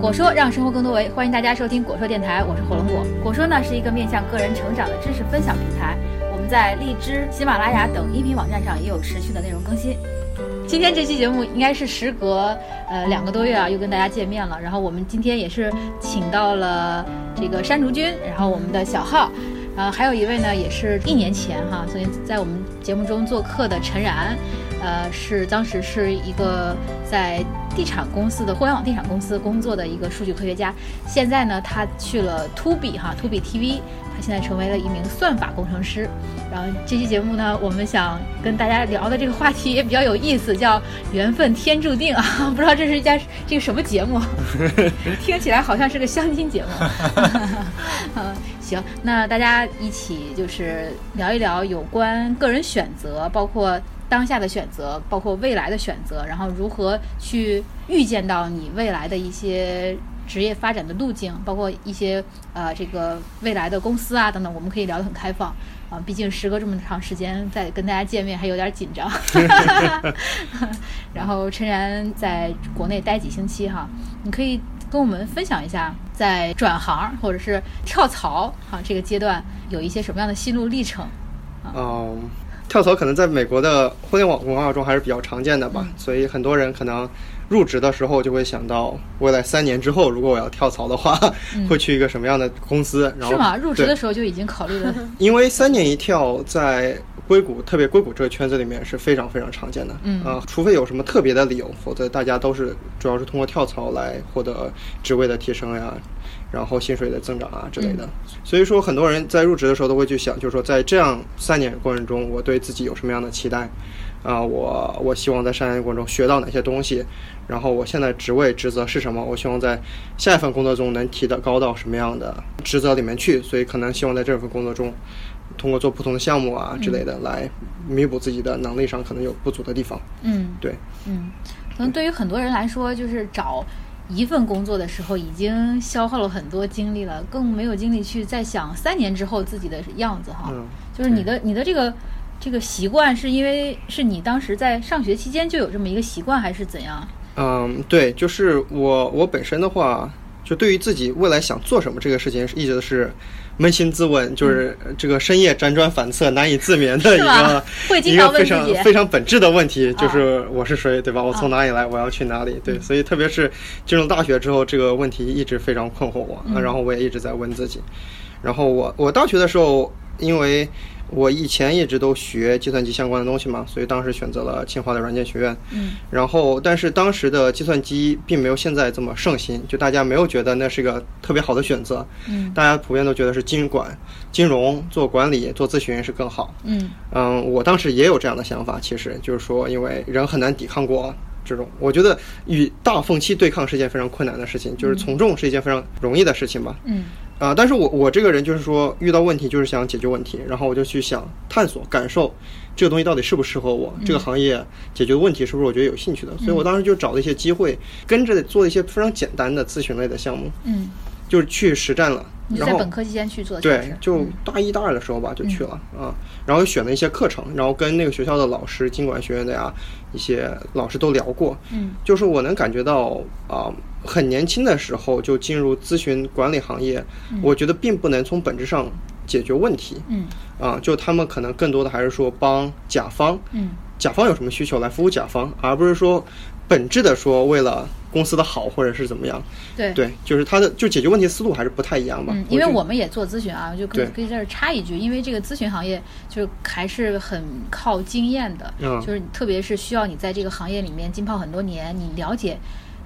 果说让生活更多维，欢迎大家收听果说电台，我是火龙果。果说呢是一个面向个人成长的知识分享平台，我们在荔枝、喜马拉雅等音频网站上也有持续的内容更新。今天这期节目应该是时隔呃两个多月啊，又跟大家见面了。然后我们今天也是请到了这个山竹君，然后我们的小浩，呃，还有一位呢也是一年前哈，所以在我们节目中做客的陈然，呃，是当时是一个在地产公司的互联网地产公司工作的一个数据科学家，现在呢他去了 To B 哈 To B TV，他现在成为了一名算法工程师。然后这期节目呢，我们想跟大家聊的这个话题也比较有意思，叫“缘分天注定”啊，不知道这是一家这个什么节目， 听起来好像是个相亲节目。嗯， 行，那大家一起就是聊一聊有关个人选择，包括当下的选择，包括未来的选择，然后如何去预见到你未来的一些职业发展的路径，包括一些呃这个未来的公司啊等等，我们可以聊得很开放。啊，毕竟时隔这么长时间再跟大家见面，还有点紧张。 然后陈然在国内待几星期哈，你可以跟我们分享一下，在转行或者是跳槽哈、这个阶段有一些什么样的心路历程？啊嗯，跳槽可能在美国的互联网文化中还是比较常见的嗯吧，所以很多人可能入职的时候就会想到，未来三年之后，如果我要跳槽的话， 会去一个什么样的公司？然嗯后是吗？入职对的时候就已经考虑了，因为三年一跳在硅谷，特别硅谷这个圈子里面是非常非常常见的。嗯啊、除非有什么特别的理由，否则大家都是主要是通过跳槽来获得职位的提升呀，然后薪水的增长啊之类的。所以说，很多人在入职的时候都会去想，就是说在这样三年过程中，我对自己有什么样的期待？啊、我我希望在三年过程中学到哪些东西，然后我现在职位职责是什么？我希望在下一份工作中能提得高到什么样的职责里面去，所以可能希望在这份工作中，通过做不同的项目啊之类的来弥补自己的能力上可能有不足的地方。嗯。对，嗯，可能对于很多人来说，就是找一份工作的时候已经消耗了很多精力了，更没有精力去再想三年之后自己的样子哈。嗯就是你的你的这个这个习惯，是因为是你当时在上学期间就有这么一个习惯，还是怎样？嗯，对，就是我我本身的话，就对于自己未来想做什么这个事情，是一直都是扪心自问，就是这个深夜辗转反侧、难以自眠的嗯一是吧个 会经一个常非问自常己啊非常本质的问题，就是我是谁，对吧？我从哪里来？我要去哪里？嗯对，所以特别是进入大学之后，这个问题一直非常困惑我，啊嗯然后我也一直在问自己。然后我我大学的时候，因为我以前一直都学计算机相关的东西嘛，所以当时选择了清华的软件学院。嗯，然后但是当时的计算机并没有现在这么盛行，就大家没有觉得那是个特别好的选择。嗯，大家普遍都觉得是经管、金融做管理、做咨询是更好。嗯嗯，我当时也有这样的想法，其实就是说，因为人很难抵抗过这种，我觉得与大风期对抗是一件非常困难的事情，就是从众是一件非常容易的事情吧。嗯啊、但是我我这个人就是说，遇到问题就是想解决问题，然后我就去想探索、感受这个东西到底适不适合嗯我，这个行业解决的问题是不是我觉得有兴趣的，所以我当时就找了一些机会，跟着做一些非常简单的咨询类的项目，嗯，就是去实战了。你是嗯然在后本科期间去做的，是不对是，就大一大二的时候吧，就去了嗯啊，然后选了一些课程，然后跟那个学校的老师、经管学院的呀一些老师都聊过，嗯就是我能感觉到啊、很年轻的时候就进入咨询管理行业，我觉得并不能从本质上解决问题嗯啊、就他们可能更多的还是说帮甲方，嗯甲方有什么需求来服务甲方，而不是说本质的说为了公司的好或者是怎么样，对。对，就是他的就解决问题思路还是不太一样吧，嗯，因为觉得我们也做咨询啊，就可以对可以在这儿插一句，因为这个咨询行业就是还是很靠经验的，嗯就是特别是需要你在这个行业里面浸泡很多年，你了解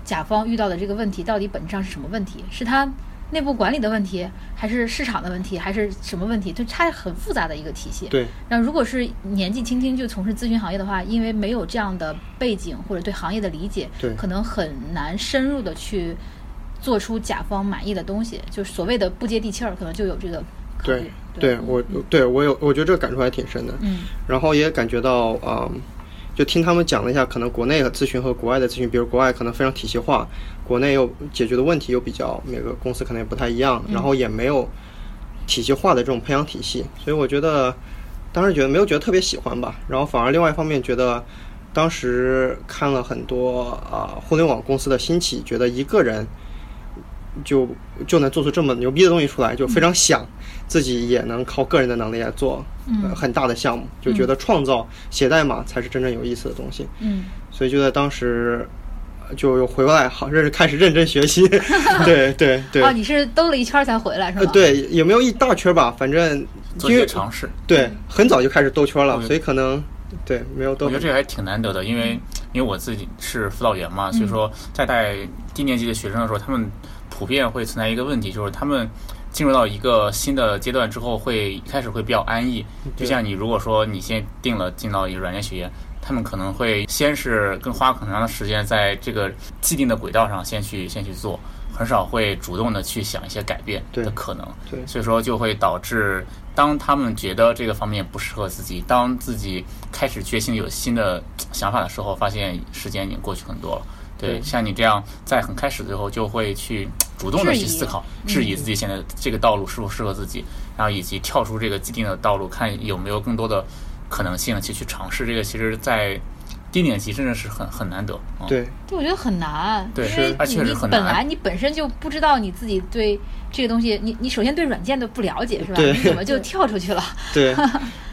甲方遇到的这个问题到底本质上是什么问题，是他内部管理的问题，还是市场的问题，还是什么问题？就它很复杂的一个体系。对。那如果是年纪轻轻就从事咨询行业的话，因为没有这样的背景或者对行业的理解，对可能很难深入的去做出甲方满意的东西，就是所谓的不接地气儿，可能就有这个考对虑。，对我对我有，我觉得这个感触还挺深的。嗯然后也感觉到，嗯，就听他们讲了一下，可能国内的咨询和国外的咨询，比如国外可能非常体系化，国内又解决的问题又比较每个公司可能也不太一样，然后也没有体系化的这种培养体系，所以我觉得当时觉得没有觉得特别喜欢吧，然后反而另外一方面觉得。当呃时看了很多啊、互联网公司的兴起，觉得一个人就就能做出这么牛逼的东西出嗯来，就非常想自己也能靠个人的能力来做、嗯呃、很大的项目，就觉得创造写代码才是真正有意思的东西。嗯，所以就在当时呃就又回过来，好认开始认真 学习。对对对，哦，你是兜了一圈才回来是呃吗？，对，也没有一大圈吧，反正做一因些为尝试。对嗯很早就开始兜圈了，我所以可能对没有兜我觉得这个还挺难得的，嗯因为因为我自己是辅导员嘛，所以说在带低年级的学生的时候，他们普遍会存在一个问题，就是他们进入到一个新的阶段之后，会一开始会比较安逸。就嗯对像你如果说你先定了进到一个软件学院，他们可能会先是更花很长的时间在这个既定的轨道上先去先去做。很少会主动的去想一些改变对的可能，对所以说就会导致，当他们觉得这个方面不适合自己，当自己开始决心有新的嘖想法的时候，发现时间已经过去很多了。对，对像你这样在很开始的时候就会去嘖主动的质疑嗯去思考，质疑自己现在这个道路是否适合自己，然后以及跳出这个既定的道路，看有没有更多的可能性去去尝试这个。其实，在低年级真的是很很难得。嗯、对这我觉得很难，对因是为而你确实你很本难来你本身就不知道你自己对这个东西，你你首先对软件都不了解是吧？对你怎么就跳出去 了？对，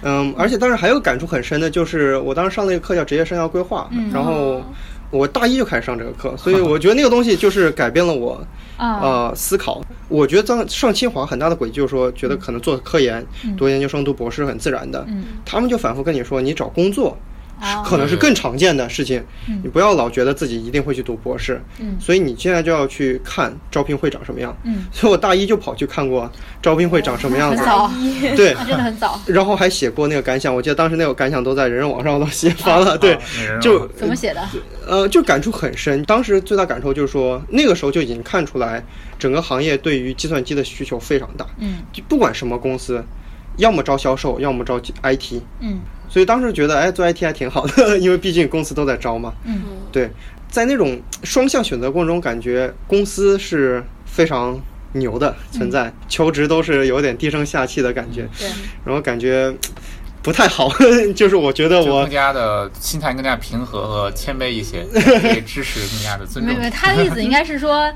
嗯，而且当时还有感触很深的，就是我当时上那个课叫职业生涯规划，嗯然哦后我大一就开始上这个课，所以我觉得那个东西就是改变 了我。啊，呃，思考，我觉得当上清华很大的轨迹就是说，觉得可能做科研、读研究生、读博士很自然的。嗯他们就反复跟你说，你找工作是啊可能是更常见的事情，嗯你不要老觉得自己一定会去读博士。嗯所以你现在就要去看招聘会长什么样。嗯，所以我大一就跑去看过招聘会长什么样 很子，早，啊对，真的很早。然后还写过那个感想，我记得当时那个感想都在人人网上我都写发了，对，啊人人网就怎么写的？呃就感触很深。当时最大感受就是说，那个时候就已经看出来整个行业对于计算机的需求非常大，嗯就不管什么公司，要么招销售，要么招 IT，嗯所以当时觉得哎做 IT 还挺好的， 因为毕竟公司都在招嘛。嗯，对，在那种双向选择过程中，感觉公司是非常牛的存在，求职都是有点低声下气的感觉，嗯对，然后感觉不太好， 就是我觉得就我更加的心态更加平和和谦卑 一些，对知识更加的尊没有重没有，。他的意思应该是说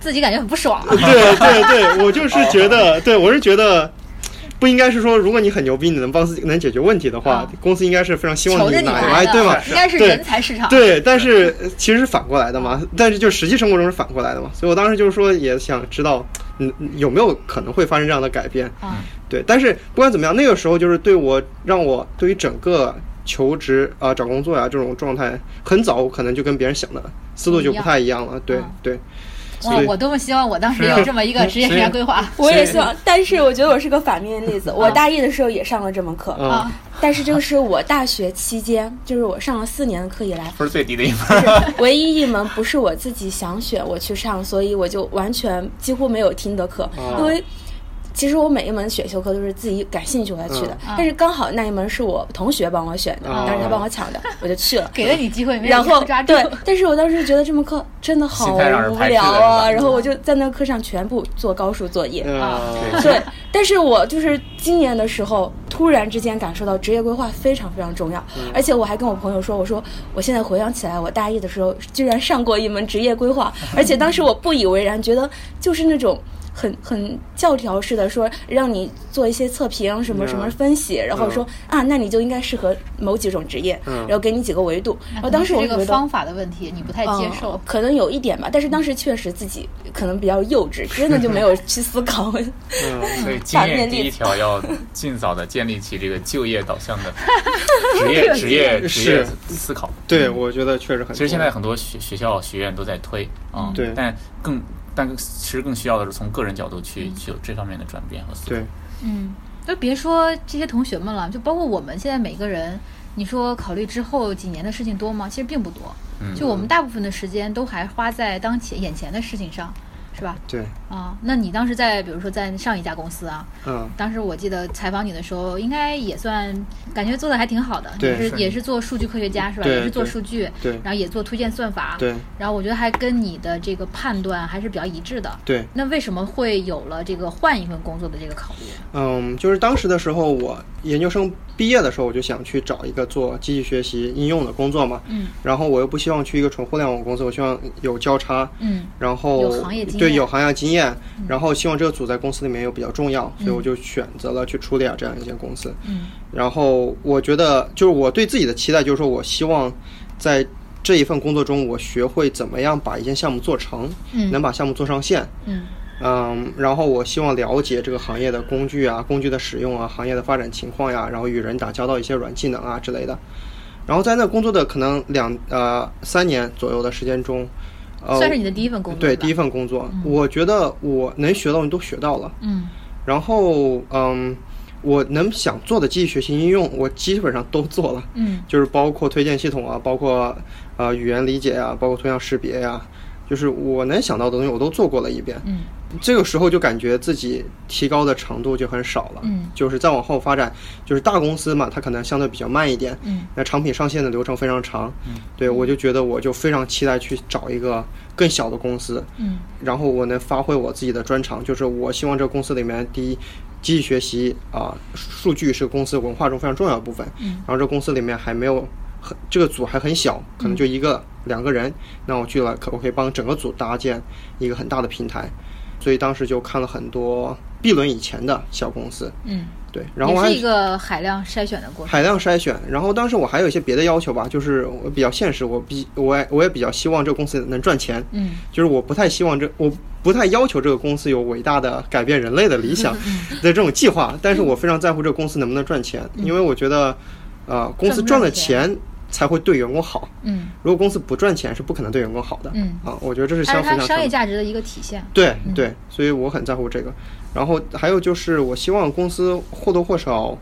自己感觉很不爽。啊对对对，我就是觉得，哦对我是觉得。不应该是说，如果你很牛逼，你能帮自己能解决问题的话，啊公司应该是非常 希望求着你你拿来来，哎的，对吗？应该是对人才市场。对，但是呃其实是反过来的嘛，但是就实际生活中是反过来的嘛，所以我当时就是说也想知道，嗯，有没有可能会发生这样的改变？啊，对，但是不管怎么样，那个时候就是对我让我对于整个求职啊、找工作呀、这种状态，很早我可能就跟别人想的思路就不太一样了。对嗯对，哇所，以我多么希望我当时是啊有这么一个职业生涯规划我也希望，但是我觉得我是个反面例嗯子。我大一的时候也上了这门课，嗯啊，但是这个是我大学期间，就是我上了四年的课以 来，分儿最低的一分就儿。是唯一一门不是我自己想选我去上，所以我就完全几乎没有听的课，嗯哦因为。其实我每一门选修课都是自己感兴趣我才去的，嗯但是刚好那一门是我同学帮我选的，嗯哦但是他帮我抢的，我 就去了。给了你机会，没有然后抓住对。， 但是我当时觉得这门课真的好心态让人无排斥聊啊的是吧啊，然后我就在那课上全部做高数作业。嗯，啊对，但是我就是今年的时候，突然之间感受到职业规划非常非常重要，嗯而且我还跟我朋友说，我说我现在回想起来，我大一的时候居然上过一门职业规 划，而且当时我不以为然，觉得就是那种。很很教条式的说，让你做一些测评，什么什么嗯分析，然后说、啊，那你就应该适合某几种职业，嗯然后给你几个维度。然后当时我这就觉个得，方法的问题，你不太接受嗯，可能有一点吧，但是当时确实自己可能比较幼稚，真的就没有去思考。呃所以经验第一 条要尽早的建立起这个就业导向 的职业职业职业思考。对，我觉得确实很。其实现在很多学学校学院都在推啊，嗯对但更但更其实更需要的是从个人角度去去有这方面的转变和思嗯考。对，嗯，都别说这些同学们了，就包括我们现在每个人，你说考虑之后几年的事情多吗？其实并不多，嗯就我们大部分的时间都还花在当前眼前的事情上，是吧？对，啊，那你当时在，比如说在上一家公司啊，嗯，当时我记得采访你的时候，应该也算感觉做的还挺好的，对也是是也是做数据科学家是吧？对也是做数据，对然后也做推荐算法，对，然后我觉得还跟你的这个判断还是比较一致的。对，那为什么会有了这个换一份工作的这个考虑？嗯，就是当时的时候，我研究生毕业的时候我就想去找一个做机器学习应用的工作嘛，嗯，然后我又不希望去一个纯互联网公司，我希望有交叉，嗯，然后有行业经验嗯对有行业经验，然后希望这个组在公司里面又比较重要，所以我就选择了去初恋这样一间公司，嗯，然后我觉得就是我对自己的期待就是说我希望在。这一份工作中，我学会怎么样把一件项目做成，嗯能把项目做上线，嗯嗯，然后我希望了解这个行业的工具啊、工具的使用啊、行业的发展情况呀，然后与人打交道一些软技能啊之类的。然后在那工作的可能两呃三年左右的时间中，呃，算是嗯你的第一份工作，对第一份，份工作，我觉得我能学到的都学到了。嗯然后嗯，我能想做的机器学习应用，我基本上都做了。嗯就是包括推荐系统啊，包括呃语言理解啊，包括图像识别呀、就是我能想到的东西我都做过了一遍。嗯，这个时候就感觉自己提高的程度就很少了。嗯，就是再往后发展，就是大公司嘛，它可能相对比较慢一点。嗯，那产品上线的流程非常长。嗯，对我就觉得我就非常期待去找一个更小的公司。嗯然后我能发挥我自己的专长，就是我希望这个公司里面，第一，机器学习啊、数据是公司文化中非常重要的部分。嗯然后这公司里面还没有很这个组还很小，可能就一个、两个嗯人，那我去了，可我可以帮整个组搭建一个很大的平台。所以当时就看了很多 B 轮以前的小公司，嗯，对，然后我还也是一个海量筛选的过程，海量筛选，然后当时我还有一些别的要求吧，就是我比较现实，我比我也我也比较希望这个公司能赚钱，嗯就是我不太希望这，我不太要求这个公司有伟大的改变人类的理想的这种计划，但是我非常在乎这个公司能不能赚钱，因为我觉得，呃，公司嗯赚了钱才会对员工好，嗯，如果公司不赚钱是不可能对员工好的，嗯啊，我觉得这是它相是辅相它成商业的。价值的一个体现，对对，所以我很在乎这个。然后还有就是，我希望公司或多或少，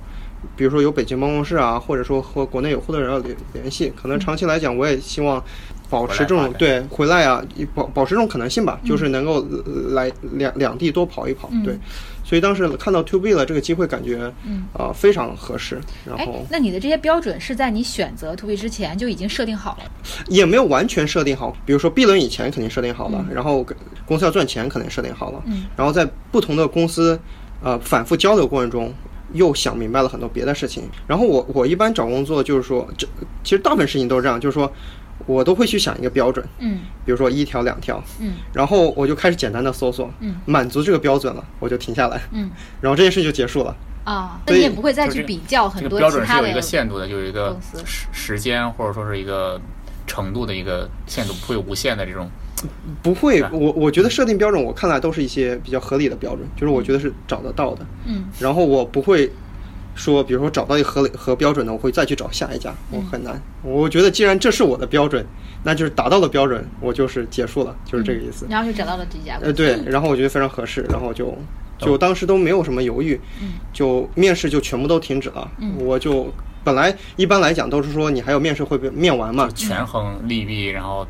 比如说有北京办公室啊，或者说和国内有合作人要联联系。可能嗯长期来讲，我也希望保持这回种来发展对回来啊，一保保持这种可能性嗯吧，就是能够呃来两两地多跑一跑。对，所以当时看到 To B 了这个机会，感觉嗯啊非常合适。然哎后，那你的这些标准是在你选择 to B 之前就已经设定好了？也没有完全设定好，比如说 B 轮以前肯定设定好了，然后公司要赚钱肯定设定好了，嗯然后在不同的公司呃反复交流过程中。又想明白了很多别的事情，然后我我一般找工作就是说，这其实大部分事情都是这样，就是说我都会去想一个标准，嗯比如说一条两条，嗯然后我就开始简单的搜索，嗯满足这个标准了，我就停下来，嗯然后这件事就结束了，啊，那所你以也不会再去就是比较这很个多标其准是他有的一个限度的，有一个公司时时间或者说是一个程度的一个限度，不会无限的这种。不会是，啊吧我我觉得设定标准，我看来都是一些比较合理的标准，就是我觉得是找得到的，嗯然后我不会说，比如说找到一个合理合标准的，我会再去找下一家，我很难。我觉得既然这是我的标准，那就是达到了标准，我就是结束了，就是这个意思。然后就找到了这家公呃，司，对，然后我觉得非常合适，然后就就当时都没有什么犹豫，就面试就全部都停止了。我就本来一般来讲都是说你还有面试会被面完嘛就，权衡利弊，然后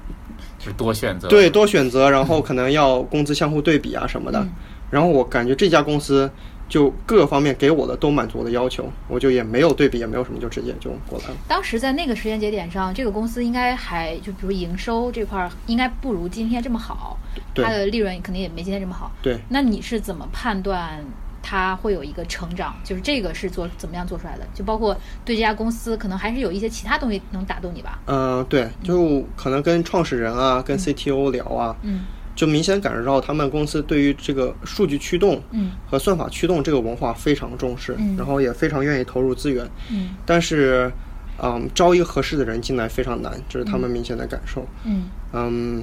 就是多选择。对，，多选择，然后可能要工资相互对比啊什么的。嗯然后我感觉这家公司就各个方面给我的都满足我的要求，我就也没有对比，也没有什么，就直接就过来了。当时在那个时间节点上，这个公司应该还就比如营收这块儿应该不如今天这么好，对它的利润肯定也没今天这么好。对，那你是怎么判断它会有一个成长？就是这个是做怎么样做出来的？就包括对这家公司可能还是有一些其他东西能打动你吧？嗯、对，就可能跟创始人啊，跟 CTO 聊啊，嗯就明显感受到他们公司对于这个数据驱动嗯和算法驱动这个文化非常重视，嗯然后也非常愿意投入资源。嗯但是，嗯，招一个合适的人进来非常难，这是他们明显的感受。嗯嗯，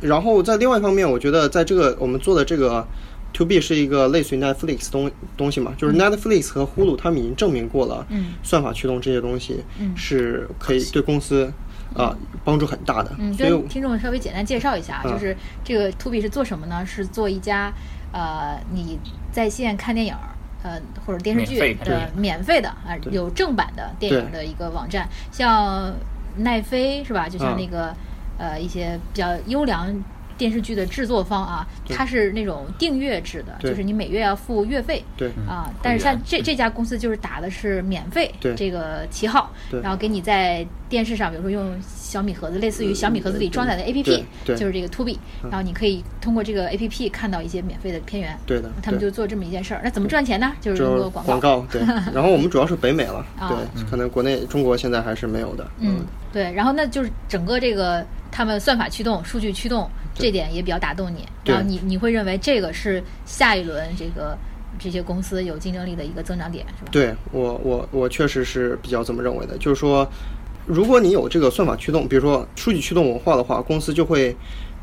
然后在另外一方面，我觉得在这个我们做的这个 To B 是一个类似于 Netflix 东东西嘛，就是 Netflix 和 Hulu 他们已经证明过了，嗯算法驱动这些东西嗯是可以对公司啊、帮助很大的，嗯，所以跟听众稍微简单介绍一下，啊嗯就是这个 To B 是做什么呢？是做一家呃你在线看电影儿。呃，或者电视剧免费看的免费的啊，有正版的电影对的一个网站，像奈飞是吧？就像嗯那个、呃一些比较优良电视剧的制作方啊，对它是那种订阅制的，对就是你每月要付月费。对啊嗯，但是像会员这这家公司就是打的是免费对这个旗号对，然后给你在电视上，比如说用小米盒子，类似于小米盒子里装载的 APP，嗯对对嗯就是这个 To B，然后你可以通过这个 APP 看到一些免费的片源。对的他们对就做这么一件事儿。那怎么赚钱呢？就是就通是过广广告。告对，然后我们主要是北美 了，啊对，可能国内中国现在还是没有的，嗯，对，然后那就是整个这个他们算法驱动、数据驱动这点也比较打动你，对然后你你会认为这个是下一轮这个这些公司有竞争力的一个增长点，是吧？对我，我我确实是比较这么认为的，就是说，如果你有这个算法驱动，比如说数据驱动文化的话，公司就会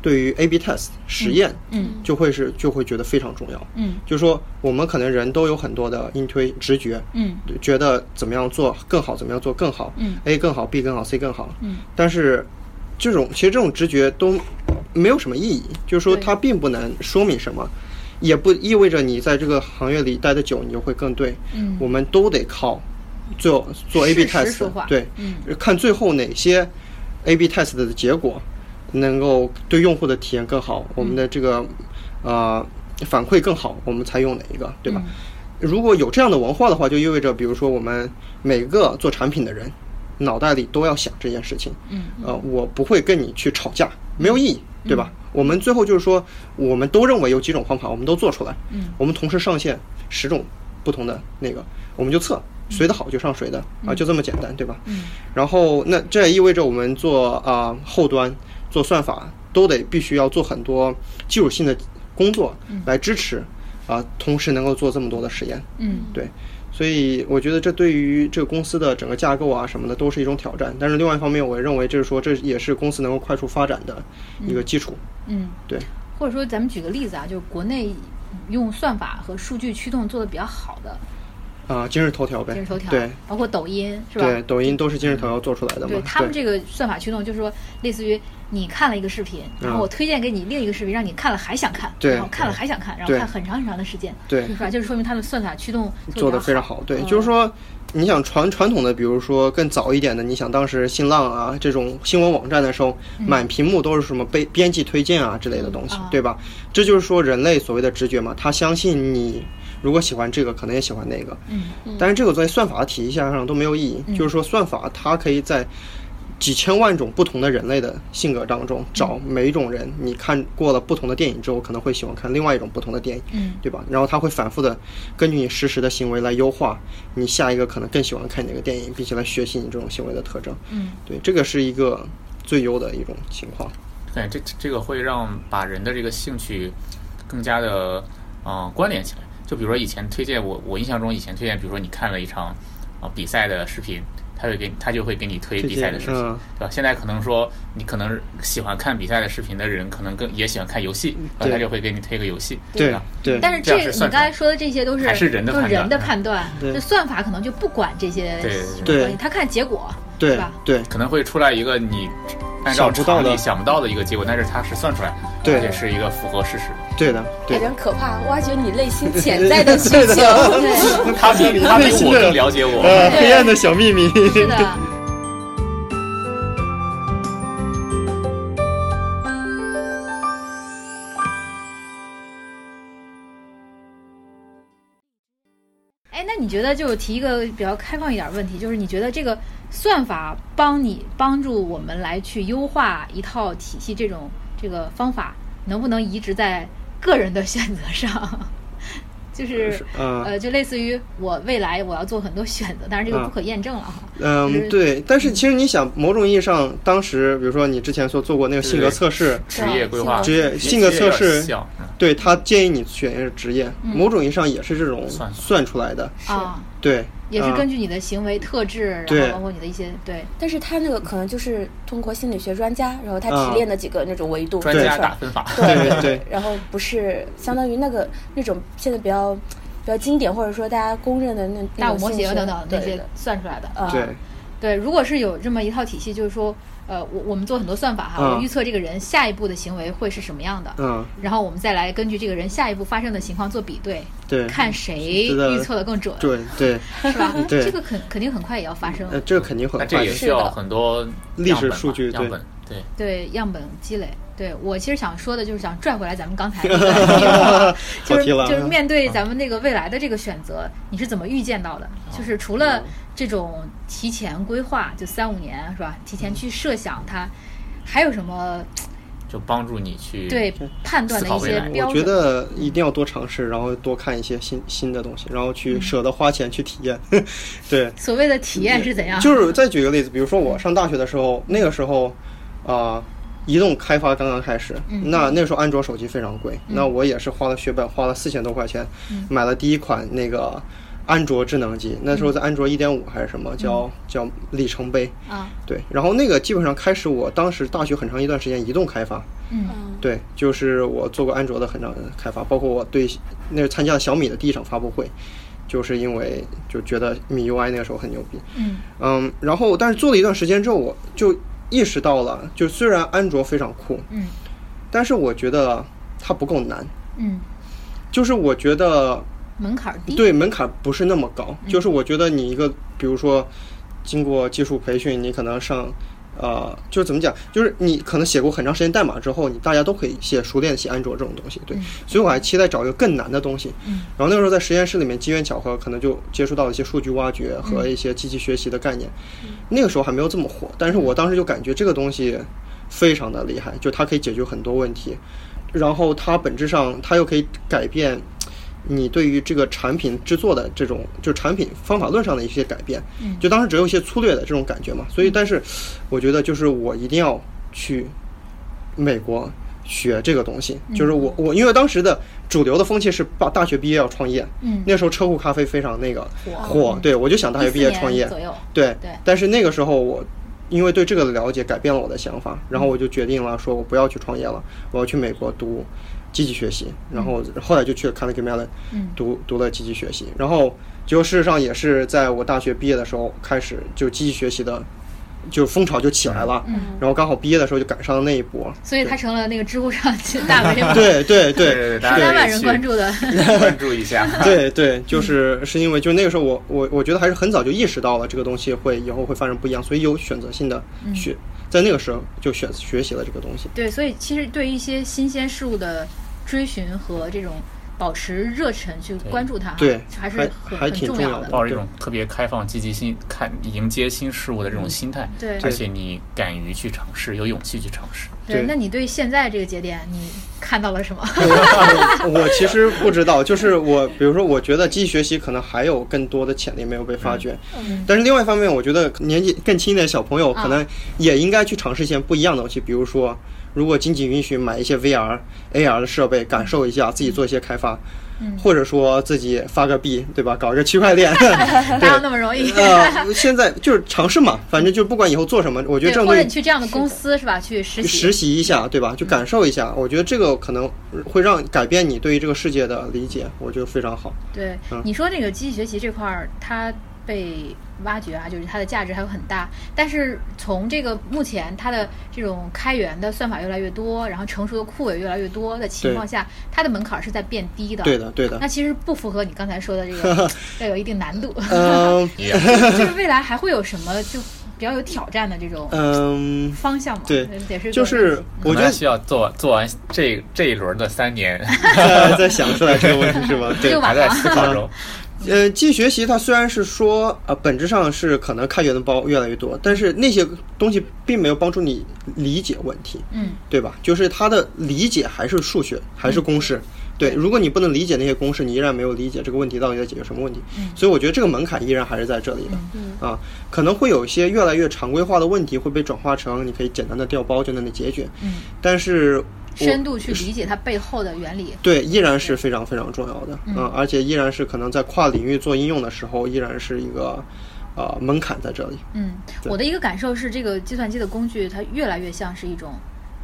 对于 A/B test 实验，嗯就会是就会觉得非常重要。嗯就是说，我们可能人都有很多的硬推直觉，嗯觉得怎么样做更好，怎么样做更好，嗯，A 更好，B 更好，C 更好，嗯，但是这种其实这种直觉都没有什么意义，就是说对它并不能说明什么，也不意味着你在这个行业里待的久，你就会更对。嗯我们都得靠做做 A/B 事实 test，说话对，嗯看最后哪些 A/B test 的结果能够对用户的体验更好，嗯我们的这个呃反馈更好，我们才用哪一个，对嗯吧？如果有这样的文化的话，就意味着，比如说我们每个做产品的人脑袋里都要想这件事情。嗯，呃，我不会跟你去吵架，没有意义，对吧？我们最后就是说，我们都认为有几种方法，我们都做出来，嗯，我们同时上线十种不同的那个，我们就测谁的好就上谁的啊，就这么简单，对吧？嗯，然后那这也意味着我们做啊、后端做算法都得必须要做很多技术性的工作来支持啊、同时能够做这么多的实验，嗯对，所以我觉得这对于这个公司的整个架构啊什么的都是一种挑战。但是另外一方面，我也认为这是说这也是公司能够快速发展的一个基础。嗯，对，或者说咱们举个例子啊，就是国内用算法和数据驱动做的比较好的，啊、今日头条呗，今日头条，对包括抖音，是吧？嗯对，抖音都是今日头条做出来的嘛。对他们这个算法驱动，就是说，类似于你看了一个视频，然后我推荐给你另一个视频，让你看了还想看，嗯对然后看了还想看，然后对看很长很长的时间，对是吧？就是说明他们算法驱动做的的非常好，对，嗯就是说，你想传传统的，比如说更早一点的，你想当时新浪啊这种新闻网站的时候，满屏幕都是什么编编辑推荐啊之类的东西嗯啊，对吧？这就是说人类所谓的直觉嘛，他相信你如果喜欢这个，可能也喜欢那个，嗯但是这个在算法的体系上都没有意义，就是说算法它可以在。几千万种不同的人类的性格当中，找每一种人，你看过了不同的电影之后，可能会喜欢看另外一种不同的电影。嗯对吧？然后它会反复的根据你实时的行为来优化你下一个可能更喜欢看哪个电影，并且来学习你这种行为的特征。嗯，对，这个是一个最优的一种情况。对，哎这这个会让把人的这个兴趣更加的嗯、呃关联起来。就比如说以前推荐我，我印象中以前推荐，比如说你看了一场啊、呃比赛的视频，他会给你他就会给你推推比赛荐的视频，嗯对吧？现在可能说你可能喜欢看比赛的视频的人，可能更也喜欢看游戏，然后嗯对他就会给你推个游戏，对吧？嗯对，但是这样这是你算刚法才说的这些都是还是人的都是判断嗯人的判断，对这算法可能就不管这些对对东西，他看结果，对是吧？对可能会出来一个你按照想不到常理的想不到的一个结果，但是它是算出来的，对而且是一个符合事实的。对的，有对的点可怕，挖掘你内心潜在的需 求。 对他比他比我更了解我。呃， 黑暗的小秘密。是的。哎，那你觉得就提一个比较开放一点的问题，就是你觉得这个算法帮你帮助我们来去优化一套体系，这种这个方法能不能移植在个人的选择上？ 就是是嗯呃，就类似于我未来我要做很多选择，当然这个嗯不可验证了哈。就是嗯，对。但是其实你想，某种意义上，当时比如说你之前说做过那个性格测试，职业规划、职业性格测试，嗯对他建议你选一个职业，嗯某种意义上也是这种算法算出来的。啊，对，也是嗯根据你的行为特质，然对后包括你的一些对，但是他那个可能就是通过心理学专家，然后他提炼的几个那种维度专分家出打来，分法。对对对然后不是相当于那个那种现在比较比较经典或者说大家公认的那那大种五模心型理学等等那对些的算出来的。啊对对，如果是有这么一套体系，就是说，呃，我我们做很多算法哈，嗯我预测这个人下一步的行为会是什么样的，嗯，然后我们再来根据这个人下一步发生的情况做比对，对，看谁是的预测的更准，嗯对对，是吧？ 对这个肯肯定很快也要发生，呃，这个肯定很 那快这也的。需要很多历史数据样对本嘛样本对。对样本积累。对我其实想说的就是想拽回来咱们刚 才那个 就跑是题了啊嗯就是面对咱们那个未来的这个选择，你是怎么预见到的？就是除啊了这种提前规划，就三五年是吧？提嗯前去设想它，还有什么就帮助你嗯去对判断的一思考未些来标我觉准？得一定要多尝试，然后多看一些新新的东西，然后去嗯舍得花钱去体验。 对，所谓的体验是怎样？就是再举个例子，比如说我上大学的时候，那个时候，啊、移动开发刚刚开始，嗯那那时候安卓手机非常贵，那我也是花了血本，花了四千多块钱，嗯买了第一款那个安卓智能机，那时嗯候在安卓一点五还是什么，叫叫里程碑，啊，对，然后那个基本上开始我当时大学很长一段时间移动开发，嗯对，就是我做过安卓的很长的开发，包括我对那是参加了小米的第一场发布会，就是因为就觉得米 UI 那个时候很牛逼，嗯嗯，然后但是做了一段时间之后，我就意识到了，就虽然安卓非常酷，嗯但是我觉得它不够难，嗯，就是我觉得门槛儿低。对门槛不是那么高，就是我觉得你一个比如说经过技术培训，你可能上。呃，就是怎么讲，就是你可能写过很长时间代码之后，你大家都可以写熟练写安卓这种东西，对，所以我还期待找一个更难的东西。嗯然后那个时候在实验室里面，机缘巧合，可能就接触到了一些数据挖掘和一些机器学习的概念。嗯那个时候还没有这么火，但是我当时就感觉这个东西非常的厉害，就它可以解决很多问题，然后它本质上它又可以改变你对于这个产品制作的这种就产品方法论上的一些改变。嗯就当时只有一些粗略的这种感觉嘛，所以但是我觉得就是我一定要去美国。学这个东西，嗯就是我我因为当时的主流的风气是大大学毕业要创业，嗯那时候车库咖啡非常那个火嗯火，对我就想大学毕业创业14年左右，对对但是那个时候我因为对这个的了解改变了我的想法，嗯然后我就决定了说我不要去创业了，我要去美国读积极学习，然后后来就去了 Carnegie Mellon 嗯读读了积极学习，然后结果事实上也是在我大学毕业的时候开始就积极学习的。就风潮就起来了，嗯然后刚好毕业的时候就赶上了那一波，所以它成了那个知乎上 大 V 嘛， 对对对对对对，大三家万可以人去关注的。 关注一下。 对对，就是是因为就那个时候我我我觉得还是很早就意识到了这个东西会以后会发生不一样，所以有选择性的学，在那个时候就选学习了这个东西。对，所以其实对一些新鲜事物的追寻和这种保持热忱去关注它哈，对还是还很还很挺重重要要的抱着一种特别开放、积极心看迎接新事物的嗯这种心态，对而且你敢于去尝试，有勇气去尝试。对，对那你对现在这个节点，你看到了什么？ 我 我其实不知道，就是我比如说，我觉得机器学习可能还有更多的潜力没有被发掘，但是另外一方面，我觉得年纪更轻一点的小朋友嗯啊可能也应该去尝试一些不一样的东西，比如说。如果经济允许，买一些 VR、AR 的设备，感受一下，自己做一些开发，嗯或者说自己发个币，对吧？搞一个区块链， 哪有那么容易？呃，现在就是尝试嘛，反正就不管以后做什么，我觉得对，这种或者东你西去这样的公司是吧？去实习。嗯实习一下，对吧？就感受一下，我觉得这个可能会让改变你对于这个世界的理解，我觉得非常好。对，嗯你说那个机器学习这块儿，它被挖掘啊，就是它的价值还有很大。但是从这个目前它的这种开源的算法越来越多，然后成熟的库也越来越多的情况下，它的门槛儿是啊哎在变低的。对的，对的那。其实不符合你刚才说的这 个要有一定难度， 嗯就是未来还会有什么就比较有挑战的这种嗯，方向吗？对也 是个就是我可觉能还得需要做做完这这一轮的三年，在在想出来这个问题是 吧？对又，晚 还了在思考中。呃，机器学习它虽然是说呃本质上是可能开源的包越来越多，但是那些东西并没有帮助你理解问题。嗯对吧？就是他的理解还是数学，还是公式。对，如果你不能理解那些公式，你依然没有理解这个问题到底在解决什么问题。嗯所以我觉得这个门槛依然还是在这里的。啊，可能会有一些越来越常规化的问题会被转化成你可以简单的调包就能解决。嗯，但是我深度去理解它背后的原理。对，依然是非常非常重要的，嗯，而且依然是可能在跨领域做应用的时候，依然是一个呃门槛在这里。嗯，我的一个感受是，这个计算机的工具它越来越像是一种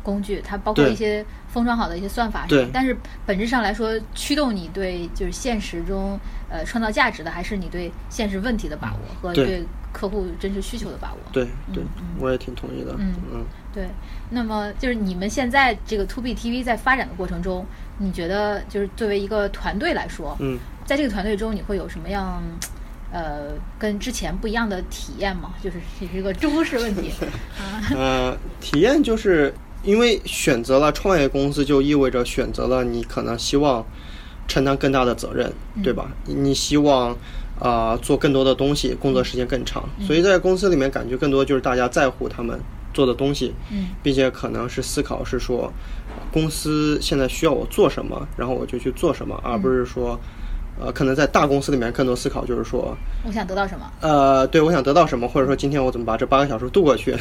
工具，它包括对一些封装好的一些算法什么，对但是本质上来说，驱动你对就是现实中呃创造价值的，还是你对现实问题的把握和对对客户真实需求的把握。对对，我也挺同意的。嗯嗯对，那么就是你们现在这个 To B TV 在发展的过程中，你觉得就是作为一个团队来说，嗯。在这个团队中你会有什么样？呃，跟之前不一 样的体验吗？就是这是一个知乎式问题。呃，体验就是因为选择了创业公司，就意味着选择了你可能希望承担更大的责任，对吧？你希望啊、呃做更多的东西，工作时间更长，所以在公司里面感觉更多就是大家在乎他们做的东西，嗯，并且可能是思考是说公司现在需要我做什么，然后我就去做什么，而不是说。呃，可能在大公司里面更多思考就是说，我想得到 什么？呃，对我想得到什么，或者说今天我怎么把这八个小时度过去？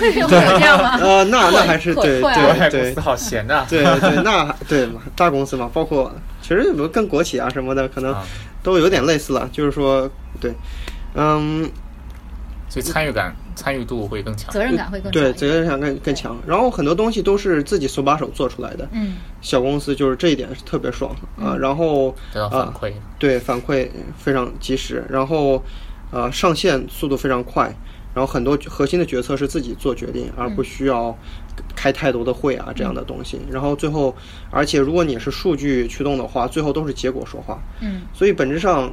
会有这样吗？ 呃，那那还是会对会啊 对外公对司好闲呐、对对，那对嘛大公司嘛，包括其实有跟国企啊什么的，可能啊都有点类似了。就是说，对，嗯，所以参与感、参与度会更强。责任感会更强对一责点。任感更更强。然后很多东西都是自己手把手做出来的，嗯小公司就是这一点是特别爽啊。然后得到反啊，馈，对反馈非常及时，然后呃上线速度非常快。然后很多核心的决策是自己做决定，而嗯不需要开太多的会啊这样的东西。然后最后，而且如果你是数据驱动的话，最后都是结果说话。嗯所以本质上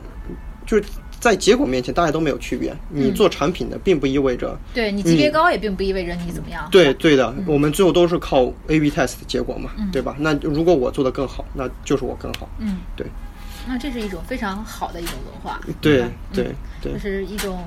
就是在结果面前，大家都没有区别。你嗯做产品的，并不意味着、对你级别高也并不意味着你怎么样。嗯对对的，我们最后都是靠 A/B test 的结果嘛，嗯对吧？那如果我做的更好，那就是我更好。嗯，对，那这是一种非常好的一种文化。对吧对嗯对就是一种。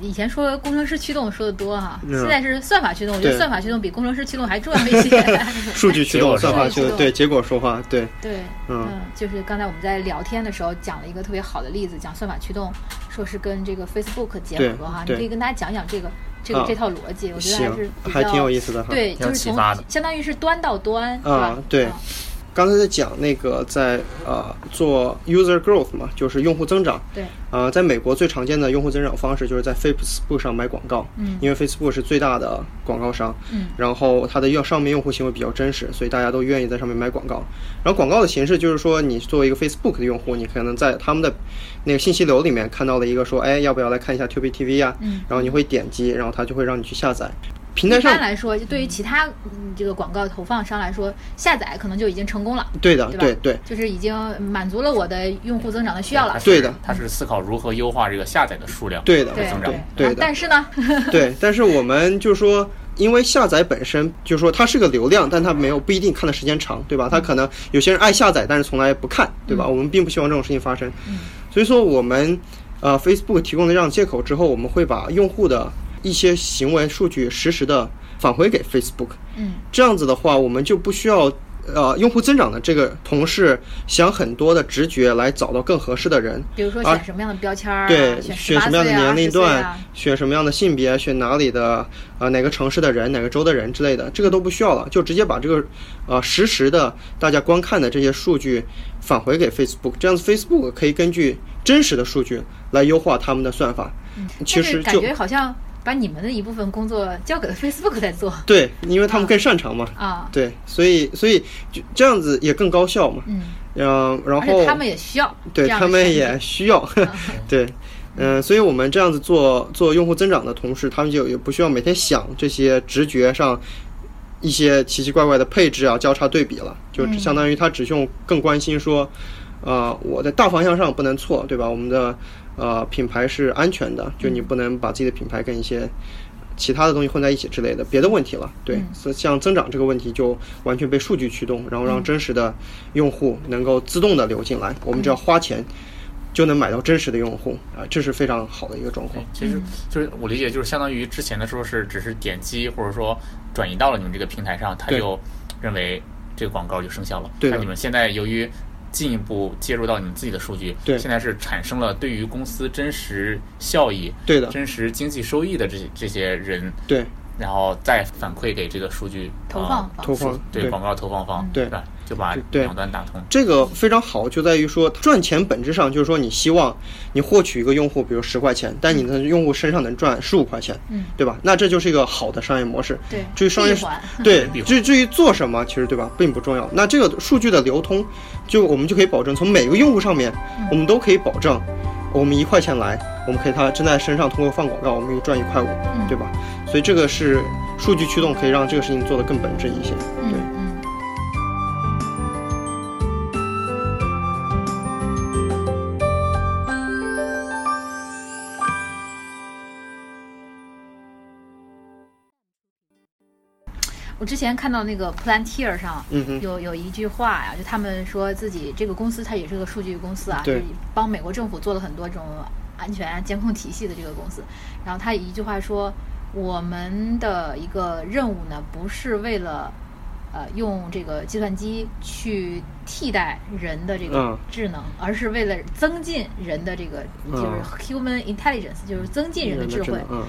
以前说工程师驱动说的多哈、嗯现在是算法驱动，我觉得对算法驱动比工程师驱动还重要一 些。数据驱动、结果说算话法驱动，对结果说话，对对，嗯就是刚才我们在聊天的时候讲了一个特别好的例子，讲算法驱动，说是跟这个 Facebook 结合哈，你对对可以跟大家讲讲这个这个、啊这套逻嗯辑，我觉得行还是，比较还挺有意思的哈。对，就是挺有从启发的相当于是端到端，是吧啊？对啊刚才在讲那个在呃做 user growth 嘛，就是用户增长。对，呃，在美国最常见的用户增长方式就是在 Facebook 上买广告，嗯因为 Facebook 是最大的广告商，嗯然后它的用上面用户行为比较真实，所以大家都愿意在上面买广告。然后广告的形式就是说，你作为一个 Facebook 的用户，你可能在他们的那个信息流里面看到了一个说，哎，要不要来看一下 t u b e TV 呀、嗯然后你会点击，然后它就会让你去下载。平台一上般来说，就对于其他嗯这个广告投放商来说，下载可能就已经成功了，对的，对吧对对就是已经满足了我的用户增长的需要了。对的，他是思考如何优化这个下载的数量。对的对增长对对啊的。但是 呢，对，但是我们就说，因为下载本身就说它是个流量，但它没有不一定看的时间长，对吧？它可能有些人爱下载，但是从来不看，对吧？我们并不希望这种事情发生，所以说我们呃 Facebook 提供了这样的接口之后，我们会把用户的一些行为数据实时的返回给 Facebook，嗯这样子的话，我们就不需要呃用户增长的这个同事想很多的直觉来找到更合适的人，比如说啊选什么样的标签儿、啊，对，选选18什么样的岁啊年龄20岁啊段，选什么样的性别，选哪里的呃哪个城市的人，哪个州的人之类的，这个都不需要了，就直接把这个呃实时的大家观看的这些数据返回给 Facebook，这样子 Facebook 可以根据真实的数据来优化他们的算法。其嗯但是实感就觉好像把你们的一部分工作交给了 Facebook 在做对，因为他们更擅长嘛，啊，对，所以所以就这样子也更高效嘛。嗯，嗯，然而后且他们也需要对这样的他们产品也需要， 对，嗯、所以我们这样子做做用户增长的同时，他们就也不需要每天想这些直觉上一些奇奇怪怪的配置啊、交叉对比了，就只相当于他只用更关心说，呃，我在大方向上不能错，对吧？我们的呃品牌是安全的，就你不能把自己的品牌跟一些。其他的东西混在一起之类的，别的问题了。对，所以像增长这个问题就完全被数据驱动，然后让真实的用户能够自动的流进来，我们只要花钱就能买到真实的用户啊，这是非常好的一个状况对。其实就是我理解，就是相当于之前的时候是只是点击或者说转移到了你们这个平台上，他对就认为这个广告就生效了。对的但你们现在由于进一步介入到你们自己的数据，对现在是产生了对于公司真实效益、对的，真实经济收益的这这些人，对然后再反馈给这个数据投放呃方投放对对广告投放方，对吧？就把对两端打通。这个非常好，就在于说赚钱本质上就是说你希望你获取一个用户，比如十块钱，但你的用户身上能赚十五块钱，嗯，对吧？那这就是一个好的商业模式。对至于商业闭环对闭，环至至于做什么，其实对吧，并不重要。那这个数据的流通，就我们就可以保证，从每个用户上面，嗯我们都可以保证，我们一块钱来，我们可以他真在身上通过放广告，我们可以赚一块五，嗯对吧？所以这个是数据驱动，可以让这个事情做得更本质一些。嗯对，嗯。嗯我之前看到那个 Plantier 上嗯哼有有一句话呀、就他们说自己这个公司它也是个数据公司啊，对就是帮美国政府做了很多这种安全啊监控体系的这个公司。然后他一句话说，我们的一个任务呢，不是为了。呃，用这个计算机去替代人的这个嗯智能，而是为了增进人的这个就嗯是 human intelligence，、就是增进人的人智的慧。嗯，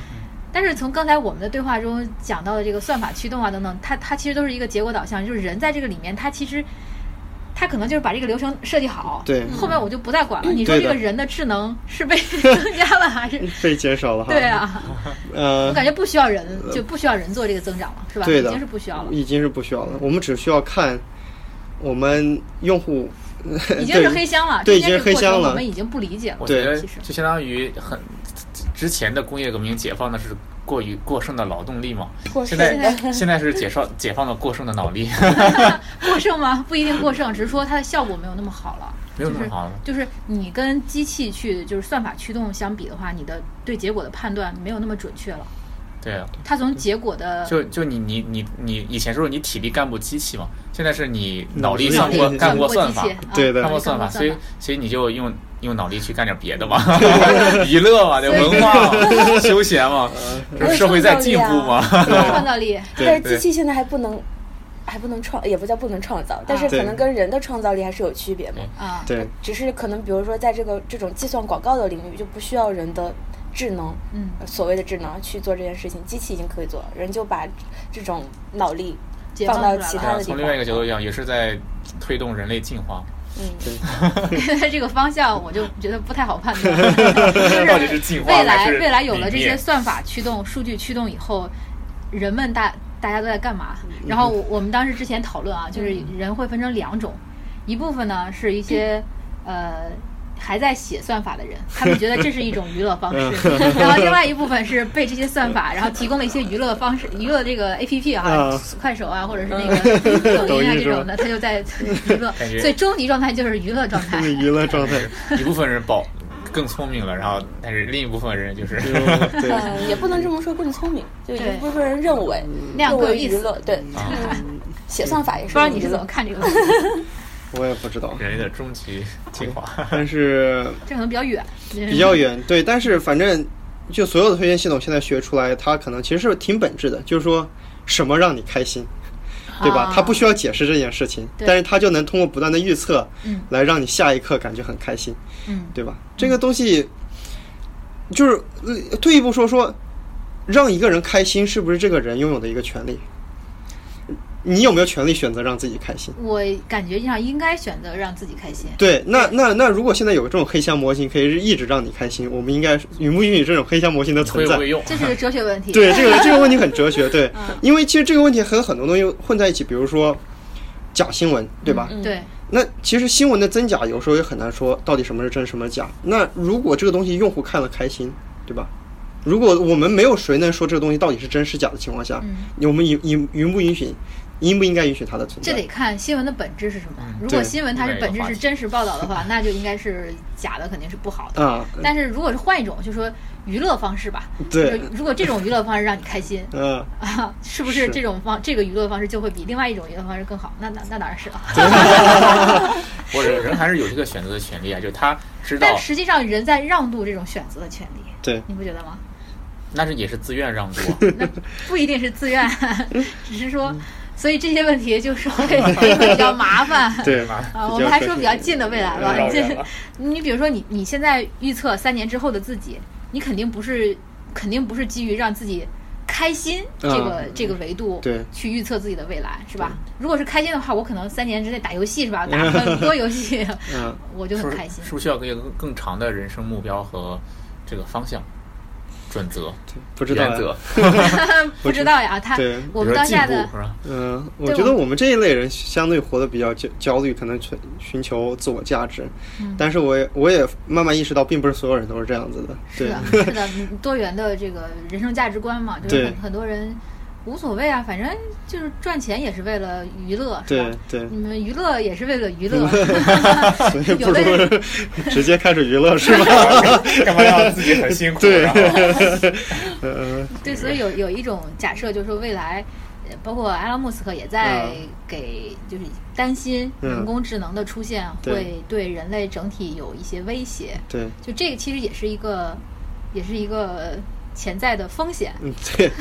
但是从刚才我们的对话中讲到的这个算法驱动啊等等，它它其实都是一个结果导向，就是人在这个里面，它其实它可能就是把这个流程设计好，对嗯后面我就不再管了。你说对这的嗯个人的智能是被 增加了还是？被减少了哈。对，啊，呃，我感觉不需要人，就不需要人做这个增长了，是吧？对已的，经是不需要了，已经是不需要了。我们只需要看我们用户， 已经是黑箱了。对中间已经是黑这个过程箱了我们已经不理解了。我觉得其实就相当于很之前的工业革命解放的是过于过剩的劳动力嘛，过现剩在现在是解放解放了过剩的脑力，过剩吗？不一定过剩，只是说它的效果没有那么好了。没有那么好了。就是你跟机器去，就是算法驱动相比的话，你的对结果的判断没有那么准确了。对啊，它从结果的就就你你你你以前说你体力干不机器嘛，现在是你脑力脑力干干过干过过机算器法，啊对的干过过算法，法，所以所以你就用用脑力去干点别的嘛，娱乐嘛，对所以文化嘛，休闲嘛，这社会在进步嘛。创造力。但是对机器现在还不能，还不能创，也不叫不能创造，但是对可能跟人的创造力还是有区别嘛。嗯啊，对只是可能比如说在这个这种计算广告的领域，就不需要人的智能，嗯呃所谓的智能去做这件事情，机器已经可以做了，人就把这种脑力解放放到出来其了对他啊，的地从方。另外一个角度讲，也是在推动人类进化。嗯， 这个方向我就觉得不太好判 断。 到底是进化未来还是未来有了这理些念算法驱动、数据驱动以后，人们大大家都在干嗯嘛？然后我我们当时之前讨论啊，就是人会分成两种，一部分呢是一些嗯呃。还在写算法的人，他 们觉得这是一种娱乐方式。嗯 然后另外一部分是被这些算法，然后提供了一些娱乐方式、娱乐这个 A P P 啊啊，快手啊，或者是那个抖音啊嗯 抖音这是吧种的，他就在娱乐。感觉所以终极状态就是娱乐状态。嗯娱乐状态， 一部分人保更聪明了，然后但是另一部分人就是就 对。嗯，也不能这么说更聪明，就对一部分人认为那样认更有为意娱思乐，对，啊，写算法也是不知道你娱是怎乐么。看这个问题，我也不知道， 人类的终极进化。但是这可能比较远，比较远。对，但是反正就所有的推荐系统现在学出来，它可能其实是挺本质的，就是说什么让你开心，对吧？啊它不需要解释这件事情，对但是它就能通过不断的预测嗯，来让你下一刻感觉很开心，嗯，对吧？这个东西就是呃退一步说说，让一个人开心是不是这个人拥有的一个权利？你有没有权利选择让自己开心？我感觉上应该选择让自己开心。对，那那那如果现在有这种黑箱模型可以一直让你开心，我们应该允不允许这种黑箱模型的你 会存不在？会用？这是个哲学问题。对，这个这个问题很哲学，对，因为其实这个问题和很多东西混在一起，比如说假新闻，对嗯吧？嗯对，那其实新闻的真假有时候也很难说到底什么是真什么是假。那如果这个东西用户看了开心，对吧？如果我们没有谁能说这个东西到底是真是假的情况下，嗯我们允允允不允许，应不应该允许它的存这在得？看新闻的本质是什么。如果嗯对新闻它是本质是真实报道的 话，那就应该是假的，肯定是不好的。啊，但是如果是换一种，就说娱乐方式吧，对就是如果这种娱乐方式让你开 心嗯、啊，是不是是这种方这个娱乐方式就会比另外一种娱乐方式更好？那那那当然是了。我人人还是有这个选择的权利啊，就是他知道但，实际上，人在让渡这种选择的权利，对， 你不觉得吗？那是也是自愿让渡啊。 不一定是自愿，只是嗯说，所以这些问题就是会 比较麻烦。对啊，我们还说比较近的未来吧比较，就远是了 你比如说你你现在预测三年之后的自己，你肯定不是肯定不是基于让自己开心这个、嗯这个维度对去预测自己的未来是吧？如果是开心的话，我可能三年之内打游戏是 吧，打很多游戏， 嗯我就是很不是开心是。不是需要一个更更长的人生目标和这个方向、准则、不知道、原啊。则？ 不知道呀，他对我们比如当说进下步的是 吧？嗯，我对觉我得我们这一类人相对活得比较焦焦虑，可能寻寻求自我价值。嗯但是我也我也慢慢意识到，并不是所有人都是这样子的。是对的，是的，嗯多元的这个人生价值观嘛，就是对很很多人无所谓啊，反正就是赚钱也是为了娱乐，是吧对？对，嗯你们娱乐也是为了娱乐， 所以不有的人如 直接开始娱乐是 吧？干嘛让自己很辛苦？对然后对，所以有有一种假设，就是说未来，呃，包括埃隆·莫斯克也在嗯给，就是担心嗯人工智能的出现对会对人类整体有一些威胁。对，就这个其实也是一个，也是一个潜在的风险。嗯， 对，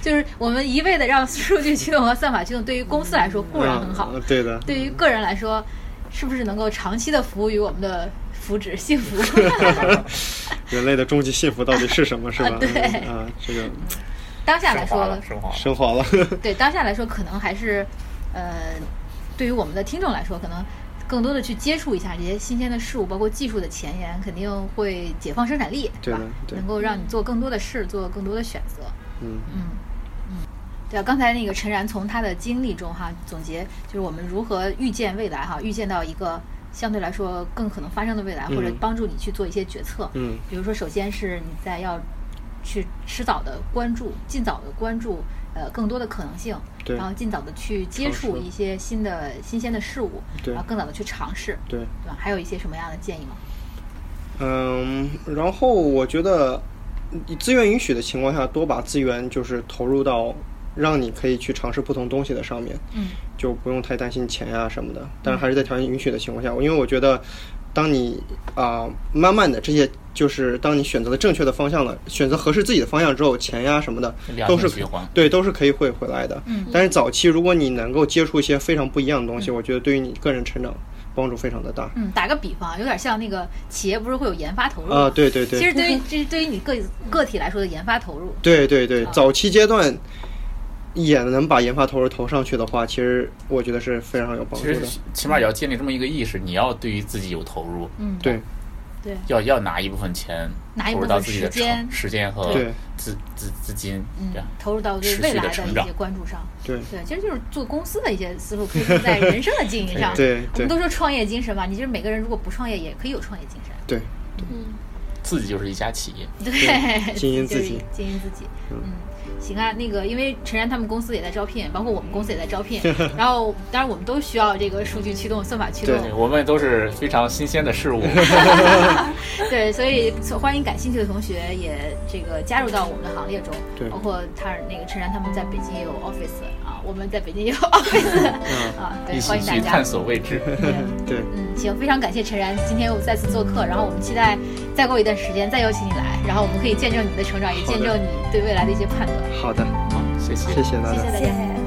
就是我们一味的让数据驱动和算法驱动，对于公司来说固然很好嗯，，对的，对于个人来说，是不是能够长期的服务于我们的福祉、幸福？人类的终极幸福到底是什么？是吧？对嗯啊，这个当下来升华说了，，升华了。升华了， 对当下来说，可能还是，呃，对于我们的听众来说，可能更多的去接触一下这些新鲜的事物，包括技术的前沿，肯定会解放生产力，对吧的？对能够让你做更多的事，做更多的选择。嗯，嗯，嗯，对啊，刚才那个陈然从他的经历中哈总结，就是我们如何预见未来哈，预见到一个相对来说更可能发生的未来，嗯或者帮助你去做一些决策。嗯比如说，首先是你在要去迟早的关注，尽早的关注呃更多的可能性，对然后尽早的去接触尝试一些新的新鲜的事物，对然后更早的去尝试，对。对吧？还有一些什么样的建议吗？嗯，然后我觉得，以资源允许的情况下，多把资源就是投入到让你可以去尝试不同东西的上面，嗯就不用太担心钱呀、什么的。但是还是在条件允许的情况下，因为我觉得，当你啊、慢慢的这些就是当你选择了正确的方向了，选择合适自己的方向之后，钱呀、什么的良都性是循环对都是可以会回来的。嗯但是早期如果你能够接触一些非常不一样的东西，我觉得对于你个人成长帮助非常的大。嗯，打个比方，有点像那个企业不是会有研发投入啊、吗对对对。其实对 于这是对于你个个体来说的研发投入，对对对啊，早期阶段也能把研发投入投上去的话，其实我觉得是非常有帮其助实的。起码也要建立这么一个意识，你要对于自己有投入，嗯，对，对，要要拿一部分钱拿一投部分入到自己的时间成时间和对资资资金，嗯这样，投入到对持续未地来的成一长些关注上。对对，其实就是做公司的一些思路，可以用在人生的经营上。 对对我们都说创业精神嘛，你就是每个人如果不创业，也可以有创业精神。对，嗯自己就是一家企业。对，经营自己就是经营自己。嗯，行啊，那个因为陈然他们公司也在招聘，包括我们公司也在招 聘，然后当然我们都需要这个数据驱动、算法驱动对。对我们都是非常新鲜的事物，对，所以欢迎感兴趣的同学也这个加入到我们的行列中，对包括他那个陈然他们在北京也有 office 啊，我们在北京 也有 office 啊，对，一欢起迎大去家探。索未知。对对，嗯，行，非常感谢陈然今天又再次做客，然后我们期待再过一段时间再邀请你来，然后我们可以见证你的成长，也好的见证你对未来的一些判断。好的，好，谢谢谢谢大谢家谢。大谢家。谢。